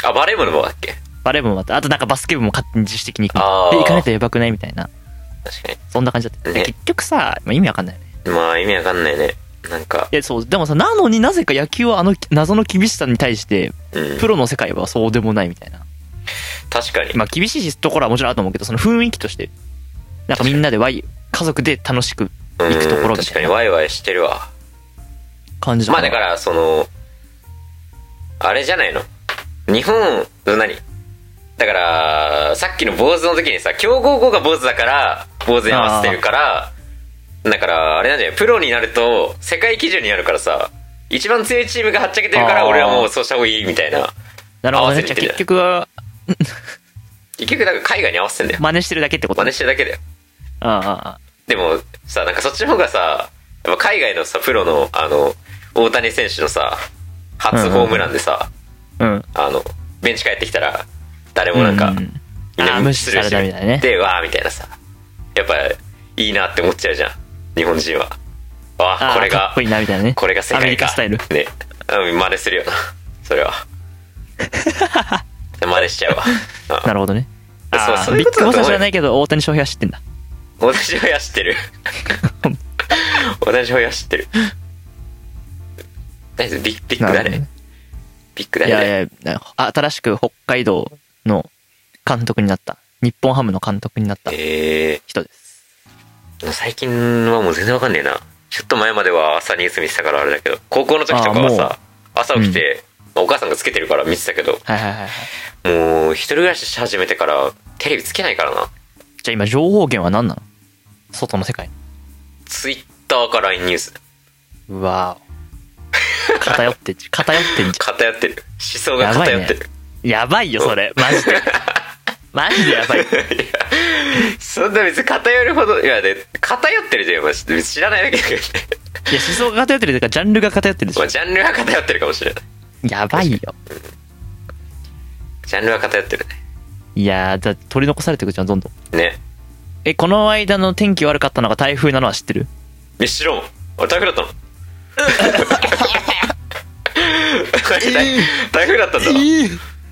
Speaker 3: あ、バレー部の方だっけ
Speaker 2: バレー部もあった。あとなんかバスケ部も勝手に自主的に行く
Speaker 3: あー
Speaker 2: で、行かないとやばくないみたいな。
Speaker 3: 確か
Speaker 2: そんな感じだったよ。で
Speaker 3: ね
Speaker 2: 結局さ、まあ意味わかんないよね。
Speaker 3: に。まあ、意味わかんないね。なんか
Speaker 2: い、や、そう。でもさ、なのになぜか野球はあの謎の厳しさに対して、
Speaker 3: うん
Speaker 2: プ。ロの世界はそうでもないみたいな。
Speaker 3: 確かに。
Speaker 2: まあ厳しいところはもちろんあると思うけど、その雰囲気として、なんかみんなでワイ、家族で楽しく
Speaker 3: うん
Speaker 2: 行くところみ
Speaker 3: 確
Speaker 2: た
Speaker 3: か
Speaker 2: い
Speaker 3: に、
Speaker 2: な
Speaker 3: ワイワイしてるわ。
Speaker 2: 感じだ
Speaker 3: まあだから、その、あれじゃないの日本、何だから、さっきの坊主の時にさ、強豪校が坊主だから、坊主に合わせてるから、だから、あれなんじゃないプロになると、世界基準になるからさ、一番強いチームがはっちゃけてるか
Speaker 2: あ
Speaker 3: ら、
Speaker 2: ー
Speaker 3: 俺はもうそうした方がいいみたいな。
Speaker 2: なるほどね。
Speaker 3: 合わ
Speaker 2: じ
Speaker 3: せ
Speaker 2: ゃあ
Speaker 3: てみたいな
Speaker 2: 結局は、
Speaker 3: 結局、なんか海外に合わせてんだよ。
Speaker 2: 真似してるだけってこと
Speaker 3: 真
Speaker 2: ね
Speaker 3: 似してるだけだよ。
Speaker 2: ああああ、
Speaker 3: でも、さ、なんかそっちの方がさ、やっぱ海外のさ、プロの、あの、大谷選手のさ、初ホームランでさ、
Speaker 2: うん。
Speaker 3: あの、ベンチ帰ってきたら、誰もなんか、
Speaker 2: う
Speaker 3: み
Speaker 2: ん
Speaker 3: んな
Speaker 2: あー無視されたみたいね
Speaker 3: で、わーみたいなさ。やっぱ、いいなって思っちゃうじゃん。日本人は。わ
Speaker 2: あ
Speaker 3: あ、
Speaker 2: あ
Speaker 3: これ
Speaker 2: かっ
Speaker 3: が
Speaker 2: こい、いなみたいなね。
Speaker 3: これが世界か
Speaker 2: アメリカスタイル。
Speaker 3: ね。うん、真似するよな。それは。真似しちゃうわ。
Speaker 2: なるほどね。
Speaker 3: そう
Speaker 2: ああ
Speaker 3: そうい
Speaker 2: ビ
Speaker 3: うこ
Speaker 2: ッ
Speaker 3: と
Speaker 2: グボス
Speaker 3: だと思うよ
Speaker 2: は知らないけど、大谷翔平は知ってんだ。
Speaker 3: 同じ親知ってる。同じ親知ってる。何ビッグ、ビッグ
Speaker 2: なるほど
Speaker 3: 誰
Speaker 2: ね
Speaker 3: ビッグ
Speaker 2: い
Speaker 3: 誰
Speaker 2: やいや、新しく北海道の監督になった。日本ハムの監督になった
Speaker 3: え
Speaker 2: 人です。
Speaker 3: ー、最近はもう全然わかんねえな。ちょっと前までは朝ニュース見てたからあれだけど、高校の時とかはさ、朝起きて、まあお母さんがつけてるから見てたけど、
Speaker 2: はいはいはいはい。
Speaker 3: もう一人暮らしし始めてからテレビつけないからな。
Speaker 2: じゃあ今情報源は何なの外の世界。
Speaker 3: ツイッターか LINE ニュース。
Speaker 2: うわ ー偏ってんじゃん偏ってんじ
Speaker 3: 偏ってる。思想が偏ってる。
Speaker 2: ゃん。やばいよ、それ。マジ で。マジでやばい。
Speaker 3: そんな別に偏るほど、いやで、偏ってるじゃん、マジで。知らないだけだけどね。
Speaker 2: いや、思想が偏ってるというか、ジャンルが偏ってるでし
Speaker 3: ま
Speaker 2: ょ
Speaker 3: あ、。ジャンルは偏ってるかもしれない。
Speaker 2: やばいよ。
Speaker 3: ジャンルは偏ってる
Speaker 2: いやー、だって取り残されていくじゃん、どんどん。
Speaker 3: ね。ね。
Speaker 2: え、この間の天気悪かったのが台風なのは知ってる
Speaker 3: え、知らん。あれ台風だったのあれ台台風だったんだ。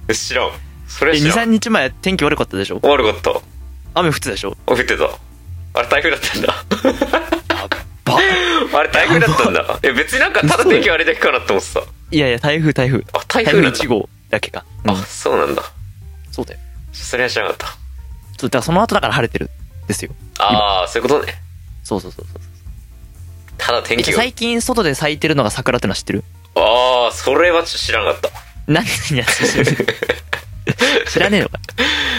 Speaker 3: え知らん。それ
Speaker 2: え、
Speaker 3: は知
Speaker 2: 2、
Speaker 3: ら
Speaker 2: 3
Speaker 3: ん。
Speaker 2: 日前天気悪かったでしょ
Speaker 3: 悪かった。
Speaker 2: 雨降ってたでしょ
Speaker 3: 降ってた。あれ台風だっ たんだ。
Speaker 2: バ
Speaker 3: あれ台風だったんだ。え、別になんかただ天気悪いだけかなって思ってた。
Speaker 2: いやいや、台風、台風。
Speaker 3: あ台風なんだ
Speaker 2: 1号だけか。うん
Speaker 3: あ、そうなんだ。
Speaker 2: そうだよ。
Speaker 3: それは知らなかっ
Speaker 2: そう、だからその後だから晴れてるんですよ。
Speaker 3: た。ああ、そういうことね。
Speaker 2: そうそうそうそう。
Speaker 3: ただ天
Speaker 2: え
Speaker 3: 気が。
Speaker 2: 最近外で咲いてるのが桜ってのは知ってる
Speaker 3: ああ、それはちょっと知らなかった。
Speaker 2: 何やつ知らねえのか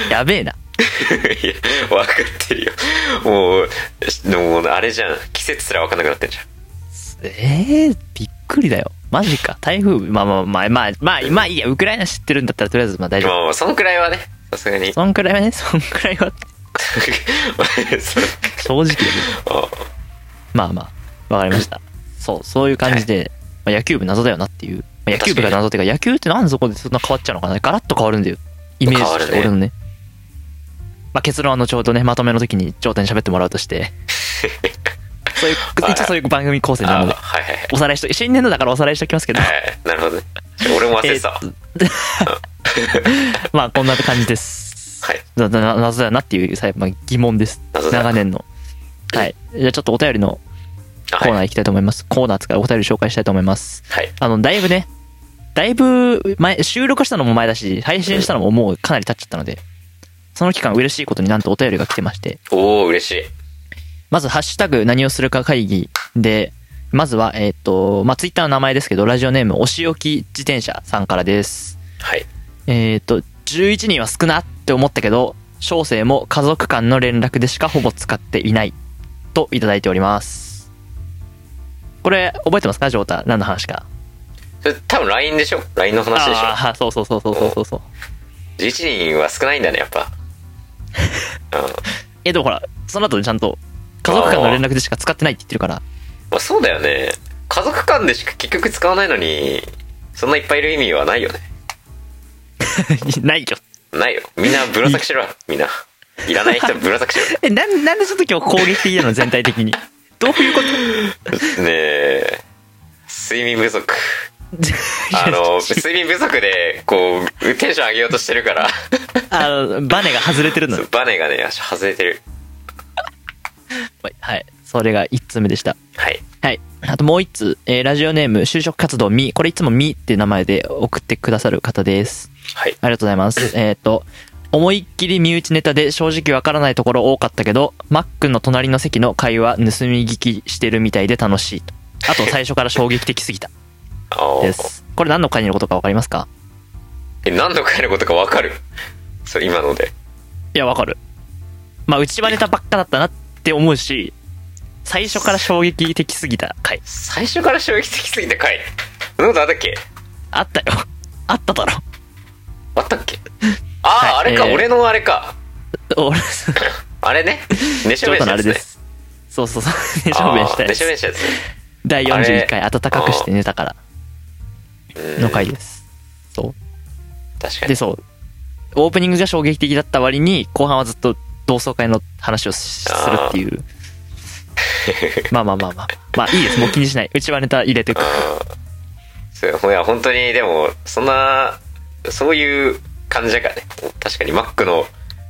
Speaker 2: やべえな。
Speaker 3: いや、分かってるよ。もう、でももうあれじゃん。季節すら分かんなくなってんじゃん。
Speaker 2: えー、びっくりだよ。マジか。台風、まあまあまあまあ、まあ、まあいいや、ウクライナ知ってるんだったらとりあえずまあ大丈夫。
Speaker 3: まあまあ、そんくらいはね、さす がに。
Speaker 2: そんくらいはね、そんくらいは、
Speaker 3: それ
Speaker 2: 正直だけど
Speaker 3: あ
Speaker 2: まあまあ、わかりました。そう、そういう感じで、まあ、野球部謎だよなっていう。まあ、野球部が謎っていうか、野球ってなんでそこでそんな変わっちゃうのかなガラッと変わるんだよ。イメージとして、
Speaker 3: 変わるね
Speaker 2: 俺のね。まあ、結論は後ほどね、まとめの時に頂点喋ってもらうと して。そういう、
Speaker 3: はい
Speaker 2: 一応そういう番組構成な
Speaker 3: あ、
Speaker 2: ので、
Speaker 3: はいはいはい
Speaker 2: おさらいしと、新年度だからおさらいしておきますけど。
Speaker 3: はい。なるほどね。俺も忘れてたわ。
Speaker 2: えーっと まあ、こんな感じです。
Speaker 3: はい。
Speaker 2: なな謎だよなっていうさ、まあ、疑問です。
Speaker 3: 謎だよな
Speaker 2: 長年の。はい。じゃあちょっとお便りの
Speaker 3: あ
Speaker 2: コーナー
Speaker 3: はい。
Speaker 2: 行きたいと思います。コーナー使いお便り紹介したいと思います。
Speaker 3: はい。
Speaker 2: あの、だいぶね、だいぶ前、収録したのも前だし、配信したのももうかなり経っちゃったので、その期間嬉しいことになんとお便りが来てまして、
Speaker 3: おお嬉しい。
Speaker 2: まず、ハッシュタグ何をするか会議で、まずは、えっ、と、まあ、ツイッターの名前ですけど、ラジオネーム、お仕置き自転車さんからです。
Speaker 3: はい。
Speaker 2: えっ、と、11人は少なって思ったけど、小生も家族間の連絡でしかほぼ使っていない、といただいております。これ、覚えてますかジョータ。何の話か。
Speaker 3: それ多分 LINE でしょ ?LINE の話でし
Speaker 2: あーそうそうそうそうそうそうそう。
Speaker 3: ょ ?11 人は少ないんだね、やっぱ。うん。
Speaker 2: え、でもほら、その後にちゃんと、家族間の連絡でしか使ってないって言ってるから、
Speaker 3: まあそうだよね。家族間でしか結局使わないのに、そんないっぱいいる意味はないよね。
Speaker 2: ないよ。
Speaker 3: ないよ。みんなぶら下げしろ。みんな。いらない人ぶら下げし
Speaker 2: え、なん、なんでちょっと今日攻撃的なの全体的に。どういうこと
Speaker 3: ろ。ねえ。睡眠 不足。あの、睡眠不足で、こう、テンション上げようとして るから、
Speaker 2: あの、バネが外れてるの
Speaker 3: そ
Speaker 2: よ
Speaker 3: う。バネがね、足外れてる。
Speaker 2: はい。それが1通目でした。
Speaker 3: はい。
Speaker 2: はい。あともう1通、えーラジオネーム、就職活動み、これいつもみって名前で送ってくださる方です。
Speaker 3: はい。
Speaker 2: ありがとうございます。えっと、思いっきり身内ネタで正直わからないところ多かったけど、マックの隣の席の会話盗み聞きしてるみたいで楽しいと。あと最初から衝撃的すぎた
Speaker 3: ああ。
Speaker 2: です。これ何の会のことかわかりますか
Speaker 3: え、何度かやることかわかるそう、今ので。
Speaker 2: いや、わかる。まあ、内輪ネタばっかだったなって思うし、最初から衝撃的すぎた回。
Speaker 3: 最初から衝撃的すぎた回。そんなことあったっけ
Speaker 2: あったよ。あっただろ。
Speaker 3: あったっ けああ、
Speaker 2: はい
Speaker 3: あれか、
Speaker 2: えー
Speaker 3: 俺のあれか。
Speaker 2: 俺、
Speaker 3: あれね。ネ
Speaker 2: ち
Speaker 3: ショ
Speaker 2: ょ
Speaker 3: メ
Speaker 2: っ
Speaker 3: ン
Speaker 2: と
Speaker 3: シャ
Speaker 2: のあれ
Speaker 3: ですね
Speaker 2: で。す。そうそうそう。 ネショメンしたや
Speaker 3: あーネショメ
Speaker 2: つ。
Speaker 3: ンシャですね。
Speaker 2: 第41回、暖かくして寝たからの回です。そう。
Speaker 3: 確か
Speaker 2: で、
Speaker 3: に。
Speaker 2: そう。オープニングが衝撃的だった割に、後半はずっと同窓会の話をしするっていう。まあまあまあまあ。まあいいです。もう気にしない。うちはネタ入れていく。
Speaker 3: そういや、本当に、でも、そんな、そういう感じだからね。確かに、マックの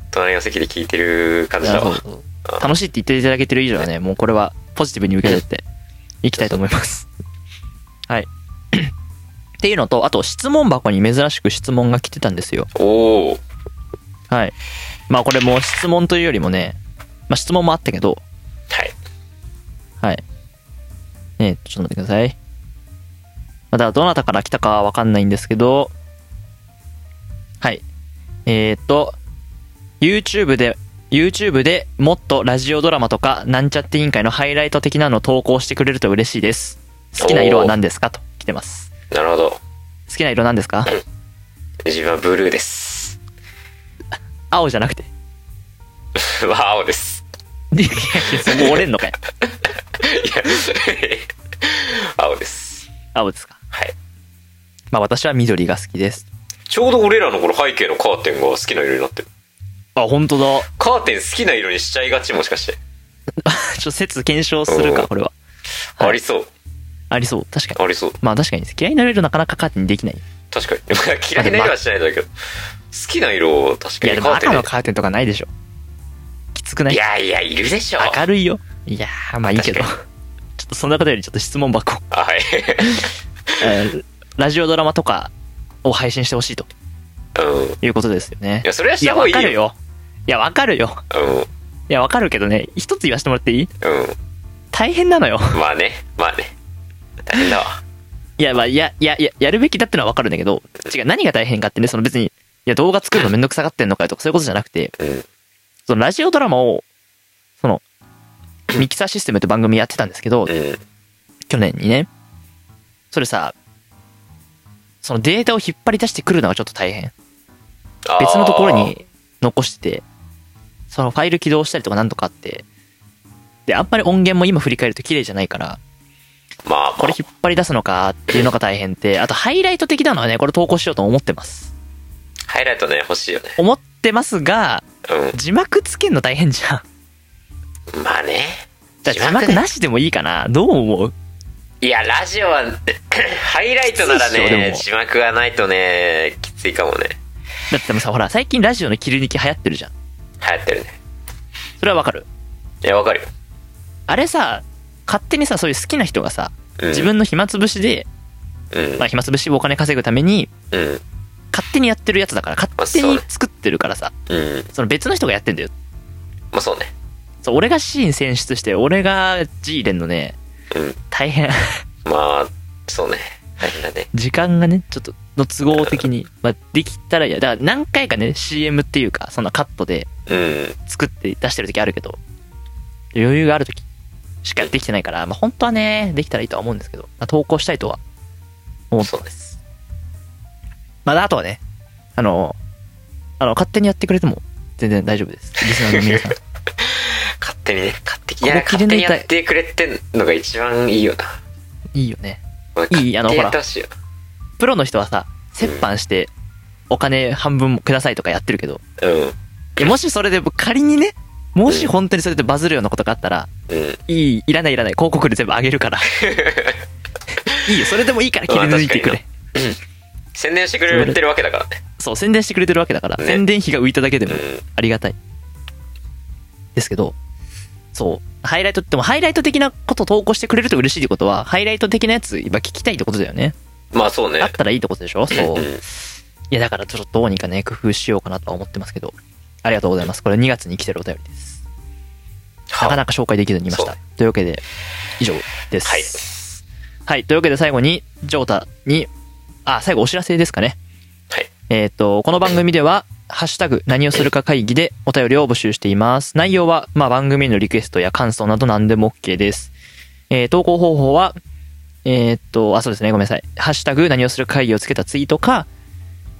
Speaker 3: 隣の席で聞いてる感じだ
Speaker 2: そう
Speaker 3: わ。
Speaker 2: そう楽しいって言っていただけてる以上はね、もうこれはポジティブに受け入れていきたいと思います。はい。っていうのと、あと質問箱に珍しく質問が来てたんですよ。
Speaker 3: おお
Speaker 2: はい。まあこれもう質問というよりもね、まあ質問もあったけど、
Speaker 3: はい。
Speaker 2: はい。えーちょっと待ってください。まだどなたから来たかはわかんないんですけど、はい。えーっと、YouTube で、YouTube でもっとラジオドラマとか、なんちゃって委員会のハイライト的なのを投稿してくれると嬉しいです。好きな色は何ですかと来てます。
Speaker 3: なるほど。
Speaker 2: 好きな色何ですか
Speaker 3: 自分はブルーです。
Speaker 2: 青じゃなくて。
Speaker 3: は青です。
Speaker 2: いやいやそこ折れんのかよ。
Speaker 3: いや、 青です。
Speaker 2: 青ですか。
Speaker 3: はい。
Speaker 2: まあ私は緑が好きです。
Speaker 3: ちょうど俺らのこの背景のカーテンが好きな色になってる。
Speaker 2: あ、本 当だ。
Speaker 3: カーテン好きな色にしちゃいがちもしかして。
Speaker 2: ちょっと説検証する
Speaker 3: う
Speaker 2: か、
Speaker 3: ん
Speaker 2: これは。はい
Speaker 3: ありそう。
Speaker 2: ありそう。確かに。
Speaker 3: ありそう。
Speaker 2: まあ確かにです嫌いになれるなかなかカーテンにできない。
Speaker 3: 確かに。 嫌いな色はしないんだけど。好きな色を確
Speaker 2: い
Speaker 3: か
Speaker 2: や
Speaker 3: に
Speaker 2: で
Speaker 3: カ
Speaker 2: も
Speaker 3: ーテ
Speaker 2: 赤
Speaker 3: ン
Speaker 2: のカーテンとかないでしょ。きつくな
Speaker 3: で。い
Speaker 2: い
Speaker 3: やいや、いるでしょ。
Speaker 2: 明るいよ。いやー、まあいいけど。ちょ
Speaker 3: 確
Speaker 2: っとそんなことよりちょっと質問 箱。
Speaker 3: あはい。
Speaker 2: えーラジオドラマとかを配信してほしいと
Speaker 3: うん。い
Speaker 2: いうことですよね。
Speaker 3: や、それはいした
Speaker 2: や、
Speaker 3: 方が
Speaker 2: わ
Speaker 3: いい
Speaker 2: か
Speaker 3: よ。
Speaker 2: るよ。いや、わかるよ。
Speaker 3: う
Speaker 2: いや、わかるけどね、一つ言わせてもらっていい
Speaker 3: ん。
Speaker 2: 大変なのよ。
Speaker 3: うん。まあね。まあね。大変だわ。
Speaker 2: いや、まあ、いや、いや、いや、やるべきだってのはわかるんだけど、違う、何が大変かってね、その別に、いや、動画作るのめんどくさがってんのかよとか、そういうことじゃなくて、
Speaker 3: うん。
Speaker 2: そのラジオドラマを、その、ミキサーシステムって番組やってたんですけど
Speaker 3: う、ん。
Speaker 2: 去年にね。それさ、そのデータを引っ張り出してくるのがちょっと大変。
Speaker 3: あー
Speaker 2: 別のところ。に残してて、そのファイル起動したりとかなんとかあって、で、あんまり音源も今振り返ると綺麗じゃないから、
Speaker 3: まあ、
Speaker 2: これ引っ張り出すのかっていうのが大変って、あとハイライト的なのはね、これ投稿しようと思ってます。
Speaker 3: ハイライトね、欲しいよね。
Speaker 2: 思ってますが、
Speaker 3: う
Speaker 2: 字幕つけんの大変じゃん。
Speaker 3: ん。まあね。
Speaker 2: だから字
Speaker 3: ね
Speaker 2: 幕なしでもいいかな。どう思う
Speaker 3: いや、ラジオは、 ハイライトなら
Speaker 2: きついっしょで
Speaker 3: ね
Speaker 2: も、
Speaker 3: 字幕がないとね、きついかもね。
Speaker 2: だってでもさ、ほら、最近ラジオの切り抜き流行ってるじゃん。
Speaker 3: 流行ってるね。
Speaker 2: それはわかる。
Speaker 3: いや、わかるよ。
Speaker 2: あれさ、勝手にさ、そういう好きな人がさ、
Speaker 3: うん
Speaker 2: 自分の暇つぶしで、
Speaker 3: うん
Speaker 2: まあ、暇つぶしをお金稼ぐために、
Speaker 3: うん。
Speaker 2: 勝手にやってるやつだから、
Speaker 3: まあ
Speaker 2: 勝
Speaker 3: そう
Speaker 2: 手
Speaker 3: ね
Speaker 2: に作ってるからさ、
Speaker 3: うん。
Speaker 2: その別の人がやってんだよ。
Speaker 3: まあそうね。
Speaker 2: そう、俺がシーン選出して、俺が G 連のね、
Speaker 3: うん。
Speaker 2: 大変、
Speaker 3: まあ、そうね。大変だね。
Speaker 2: 時間がね、ちょっと、の都合的に、まあ、できたらいや、だから何回かね、CM っていうか、そんなカットで
Speaker 3: うん。
Speaker 2: 作って出してる時あるけど、余裕がある時しかできてないから、まあ、本当はね、できたらいいとは思うんですけど、まあ、投稿したいとは思って
Speaker 3: そう
Speaker 2: ま
Speaker 3: ね
Speaker 2: す。まだあとはね、あの、あの、勝手にやってくれても全然大丈夫です。リスナーの皆さん。
Speaker 3: 勝手にね、勝手に。
Speaker 2: ここ
Speaker 3: いや、
Speaker 2: 切り
Speaker 3: 勝手
Speaker 2: 抜
Speaker 3: に
Speaker 2: いたい
Speaker 3: やってくれてんのが一番いいよな。
Speaker 2: いいよね。
Speaker 3: 俺
Speaker 2: いいあの
Speaker 3: 勝手に
Speaker 2: ほら
Speaker 3: やってほしいよ。
Speaker 2: プロの人はさ、折半してお金半分もくださいとかやってるけど、
Speaker 3: うん。
Speaker 2: いやもしそれで仮にね、もし本当にそれでバズるようなことがあったら、
Speaker 3: うん。
Speaker 2: いい、いらないいらない、広告で全部あげる から。いいよ、それでもいいから切り抜いてく
Speaker 3: まあ確かにな
Speaker 2: れ。
Speaker 3: 宣伝してくれてるわけだからね。
Speaker 2: そう、宣伝してくれてるわけだから、
Speaker 3: ね
Speaker 2: 宣伝費が浮いただけで
Speaker 3: う
Speaker 2: も
Speaker 3: ん。
Speaker 2: ありがたい。ですけど、そう、ハイライトっても、ハイライト的なこと投稿してくれると嬉しいってことは、ハイライト的なやつ、今聞きたいってことだよね。
Speaker 3: まあそうね
Speaker 2: あっ。たらいいってことでしょそうう。
Speaker 3: ん。
Speaker 2: いや、だからちょっとどうにかね、工夫しようかなとは思ってますけど、ありがとうございます。これ2月に来てるお便りです。なか
Speaker 3: は
Speaker 2: なか紹介できずにいまし
Speaker 3: そ
Speaker 2: た
Speaker 3: う。
Speaker 2: というわけで、以上です。
Speaker 3: はい。
Speaker 2: はい。というわけで最後に、ジョータに、あ、最後お知らせですかね。
Speaker 3: はい。
Speaker 2: えっ、と、この番組では、ハッシュタグ、何をするか会議でお便りを募集しています。内容は、まあ、番組のリクエストや感想など何でも OK です。えー投稿方法は、えっ、と、あ、そうですね、ごめんなさい。ハッシュタグ、何をするか会議をつけたツイートか、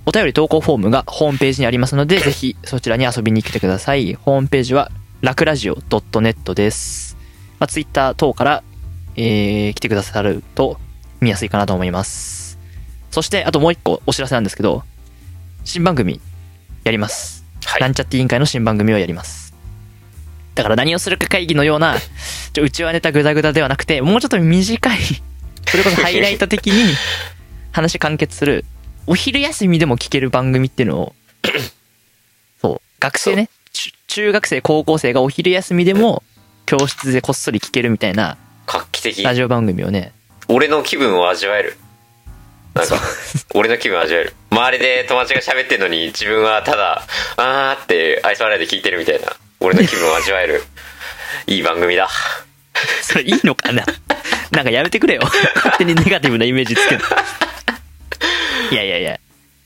Speaker 2: お便り投稿フォームがホームページにありますの で、ぜひそちらに遊びに来てください。ホームページは、楽ラジオ .net です。まあ、ツイッター等から、えー来てくださると見やすいかなと思います。そして、あともう一個お知らせなんですけど、新番組やります。
Speaker 3: はい
Speaker 2: なんちゃって委員会の新番組をやります。だから何をするか会議のような、ちょ、うちはネタグダグダではなくて、もうちょっと短 い、それこそハイライト的に話完結する、お昼休みでも聞ける番組っていう のを、そう、学生ね、ちゅ中学生、高校生がお昼休みでも教室でこっそり聞けるみたいな
Speaker 3: 画期的。
Speaker 2: ラジオ番組をね、
Speaker 3: 俺の気分を味わえる。なんか、俺の気分味わえる。周りで友達が喋ってるのに、自分はただ、あーって愛想笑いで聞いてるみたいな、俺の気分を味わ える、いい番組だ。
Speaker 2: それいいのかな なんかやめてくれよ。勝手にネガティブなイメージつける。いやいやいや。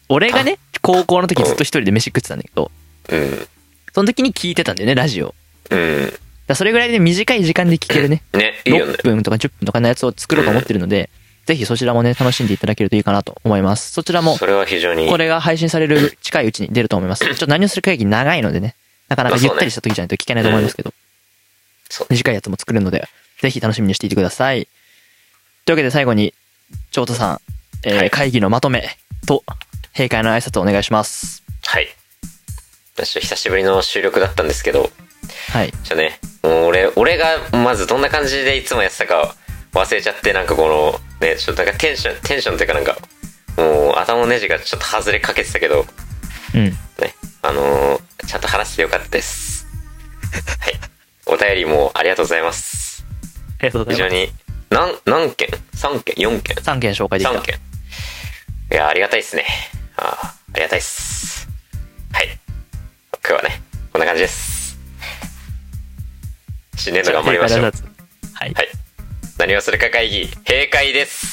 Speaker 2: 俺がね、高校の時ずっと一人で飯食ってたんだけど、
Speaker 3: うん。
Speaker 2: その時に聞いてたんだよね、ラジオ。だか
Speaker 3: うん。
Speaker 2: らそれぐらいで短い時間で聞けるね。
Speaker 3: ね、 いいよね
Speaker 2: 6。分とか10分とかのやつを作ろうと思ってるので、ぜひそちらもね、楽しんでいただけるといいかなと思います。そちらも、
Speaker 3: それは非常にいい
Speaker 2: これが配信される近いうちに出ると思い ます。ちょっと何をする会議長いのでね、なかなかゆったりした時じゃないと聞けないと思いますけど、
Speaker 3: そう
Speaker 2: 短いやつも作るので、ぜひ楽しみにしていてください。というわけで最後に、長太さん、えー会議のまとめと、閉会の挨拶をお願いします。
Speaker 3: はい。私は久しぶりの収録だったんですけど、
Speaker 2: はい。
Speaker 3: じゃあね、もう俺、俺がまずどんな感じでいつもやってたか忘れちゃって、なんかこの、ね、ちょっとなんかテンション、テンションというかなんか、もう頭のネジがちょっと外れかけてたけど、
Speaker 2: うん。
Speaker 3: ね、あのーちゃんと話してよかったです。はい。お便りもありがとうございます。
Speaker 2: ありがとうご
Speaker 3: 非
Speaker 2: ざ
Speaker 3: 常
Speaker 2: いま
Speaker 3: に、なん、何件 ?3 件 ?4 件
Speaker 2: す。3件紹介でき
Speaker 3: 三
Speaker 2: た。
Speaker 3: 件いやありがたいですねあーありがたいっすはい今日はねこんな感じです新年度頑張りましょう
Speaker 2: 閉会の挨拶はい。
Speaker 3: はい何をするか会議閉会です